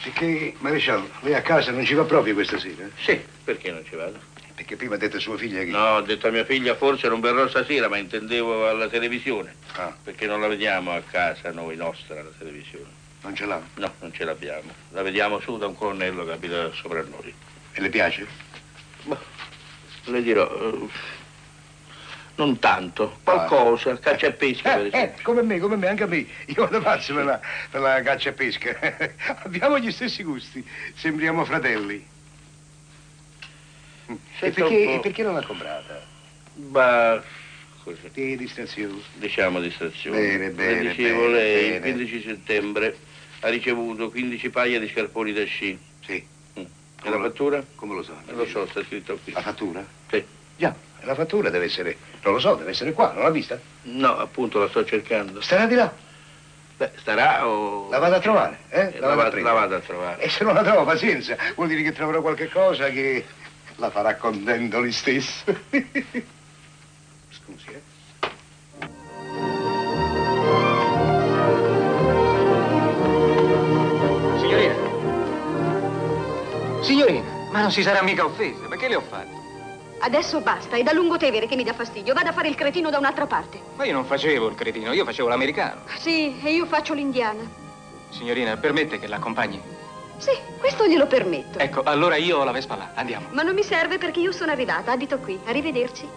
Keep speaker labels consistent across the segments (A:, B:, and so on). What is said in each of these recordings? A: Sicché, maresciallo, lei a casa non ci va proprio questa sera?
B: Sì, perché non ci vado?
A: Perché prima ha detto a sua figlia che...
B: No, ho detto a mia figlia forse non verrò stasera, ma intendevo alla televisione.
A: Ah.
B: Perché non la vediamo a casa noi, nostra, la televisione.
A: Non ce l'ha?
B: No, non ce l'abbiamo. La vediamo su da un colonnello che abita sopra noi.
A: E le piace?
B: Le dirò, eh, non tanto, qualcosa, caccia e pesca
A: Eh,
B: per
A: eh,
B: esempio.
A: come me, come me, anche a me. Io vado pazzo per la, per la caccia e pesca. Abbiamo gli stessi gusti. Sembriamo fratelli. Mm. E
B: Senta un
A: perché,
B: po'.
A: e perché non l'ha comprata?
B: Ma, così,
A: Di distrazione.
B: diciamo distrazione.
A: Bene, bene,
B: Le dicevo,
A: bene,
B: lei il
A: bene.
B: 15 settembre ha ricevuto 15 paia di scarponi da sci. Mm.
A: Sì.
B: E la
A: Come- Ah.
B: fattura?
A: Come lo so?
B: Eh, Lo so, sta scritto qui.
A: La fattura?
B: Sì.
A: Già, la fattura deve essere... Non lo so, deve essere qua, non l'ha vista?
B: No, appunto, la sto cercando.
A: Starà di là.
B: Beh, starà o...
A: La vado a trovare, eh?
B: Eh,
A: La
B: La,
A: vado a
B: va-
A: prendere.
B: la vado a trovare.
A: E se non la trovo, pazienza. Vuol dire che troverò qualche cosa che la farà contento lui stesso. Scusi, eh?
C: Signorina. Signorina, ma non si sarà mica offesa, perché le ho fatte?
D: Adesso basta, è da Lungotevere che mi dà fastidio. Vado a fare il cretino da un'altra parte.
C: Ma io non facevo il cretino, io facevo l'americano.
D: Sì, e io faccio l'indiana.
C: Signorina, permette che l'accompagni?
D: Sì, questo glielo permetto.
E: Eh.
C: Ecco, allora io ho la Vespa là, andiamo.
D: Ma non mi serve perché io sono arrivata, abito qui. Arrivederci.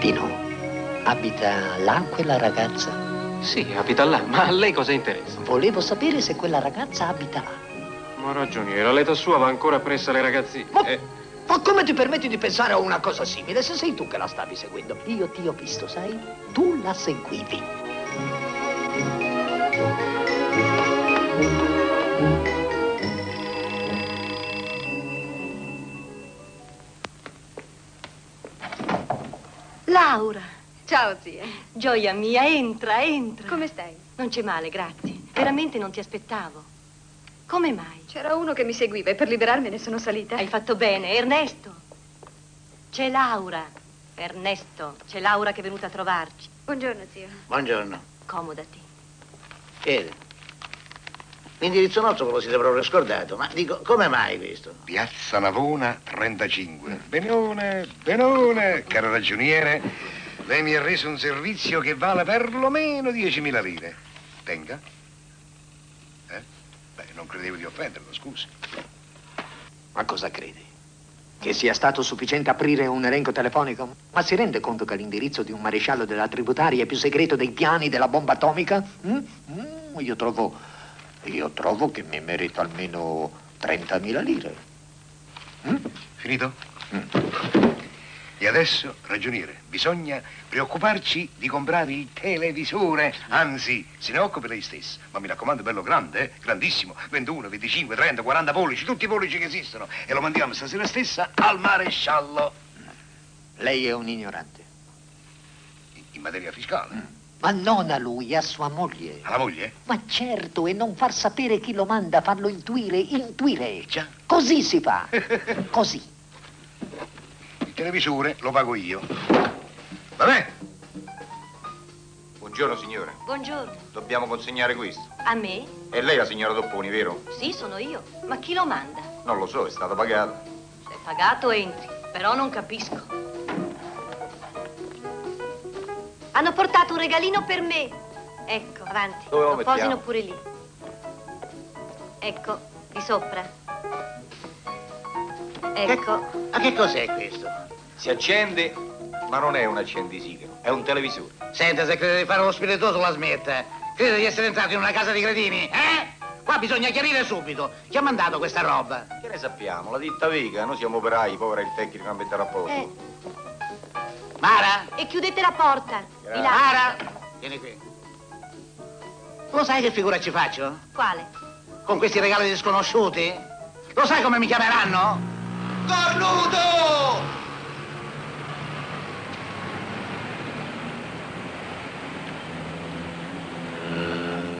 F: Tino, abita là quella ragazza?
C: Sì, abita là, ma a lei cosa interessa?
F: Volevo sapere se quella ragazza abita là.
C: Ma ragioniera, l'età sua va ancora presso le ragazzine.
F: Ma,
C: Eh,
F: ma come ti permetti di pensare a una cosa simile se sei tu che la stavi seguendo? Io ti ho visto, sai? Tu la seguivi.
G: Laura,
D: Ciao, zia.
G: gioia mia, entra, entra.
D: Come stai?
G: Non c'è male, grazie. Veramente non ti aspettavo. Come mai?
D: C'era uno che mi seguiva e per liberarmene sono salita.
G: Hai fatto bene, Ernesto. C'è Laura. Ernesto, c'è Laura che è venuta a trovarci.
D: Buongiorno, zio.
H: Buongiorno.
G: Comodati.
H: Ed. L'indirizzo nostro ve lo siete proprio scordato, ma dico, come mai questo?
A: Piazza Navona 35. Benone, benone, caro ragioniere. Lei mi ha reso un servizio che vale perlomeno 10.000 lire. Tenga. Eh? Beh, non credevo di offenderlo, scusi.
F: Ma cosa credi? Che sia stato sufficiente aprire un elenco telefonico? Ma si rende conto che l'indirizzo di un maresciallo della tributaria è più segreto dei piani della bomba atomica? Mm? Mm, io trovo. Io trovo che mi merito almeno 30.000 lire. Mm?
A: Finito? E adesso, ragioniere, bisogna preoccuparci di comprare il televisore. Anzi, se ne occupi lei stesso. Ma mi raccomando, bello grande, eh? grandissimo. 21, 25, 30, 40 pollici, tutti i pollici che esistono. E lo mandiamo stasera stessa al maresciallo.
F: Lei è un ignorante.
A: In- In materia fiscale.
F: Mm. Ma non a lui, a sua moglie.
A: Alla moglie?
F: Ma certo, e non far sapere chi lo manda, farlo intuire, intuire.
A: Già.
F: Così si fa. Così.
A: Il televisore lo pago io. Va bene?
E: Buongiorno signora,
G: Buongiorno.
E: dobbiamo consegnare questo.
G: A me?
E: È lei la signora Dopponi, vero?
G: Sì, sono io. Ma chi lo manda?
E: Non lo so, è stato pagato.
G: Se è pagato entri, però non capisco. Hanno portato un regalino per me. Ecco, avanti.
E: Dove lo
G: lo posino
E: mettiamo?
G: pure lì. Ecco, di sopra. Ecco.
H: Ma che cos'è questo?
E: Si accende, ma non è un accendisigaro, è un televisore.
H: Senta, se crede di fare lo spiritoso la smetta. Crede di essere entrato in una casa di cretini, eh? Qua bisogna chiarire subito. Chi ha mandato questa roba?
E: Che ne sappiamo? La ditta Vega, noi siamo operai, povera il tecnico non metterà a posto.
G: Eh,
H: Mara?
G: e chiudete la porta. Di là.
H: Mara? Vieni qui. Lo sai che figura ci faccio?
G: Quale?
H: Con questi regali di sconosciuti? Lo sai come mi chiameranno? Cornuto!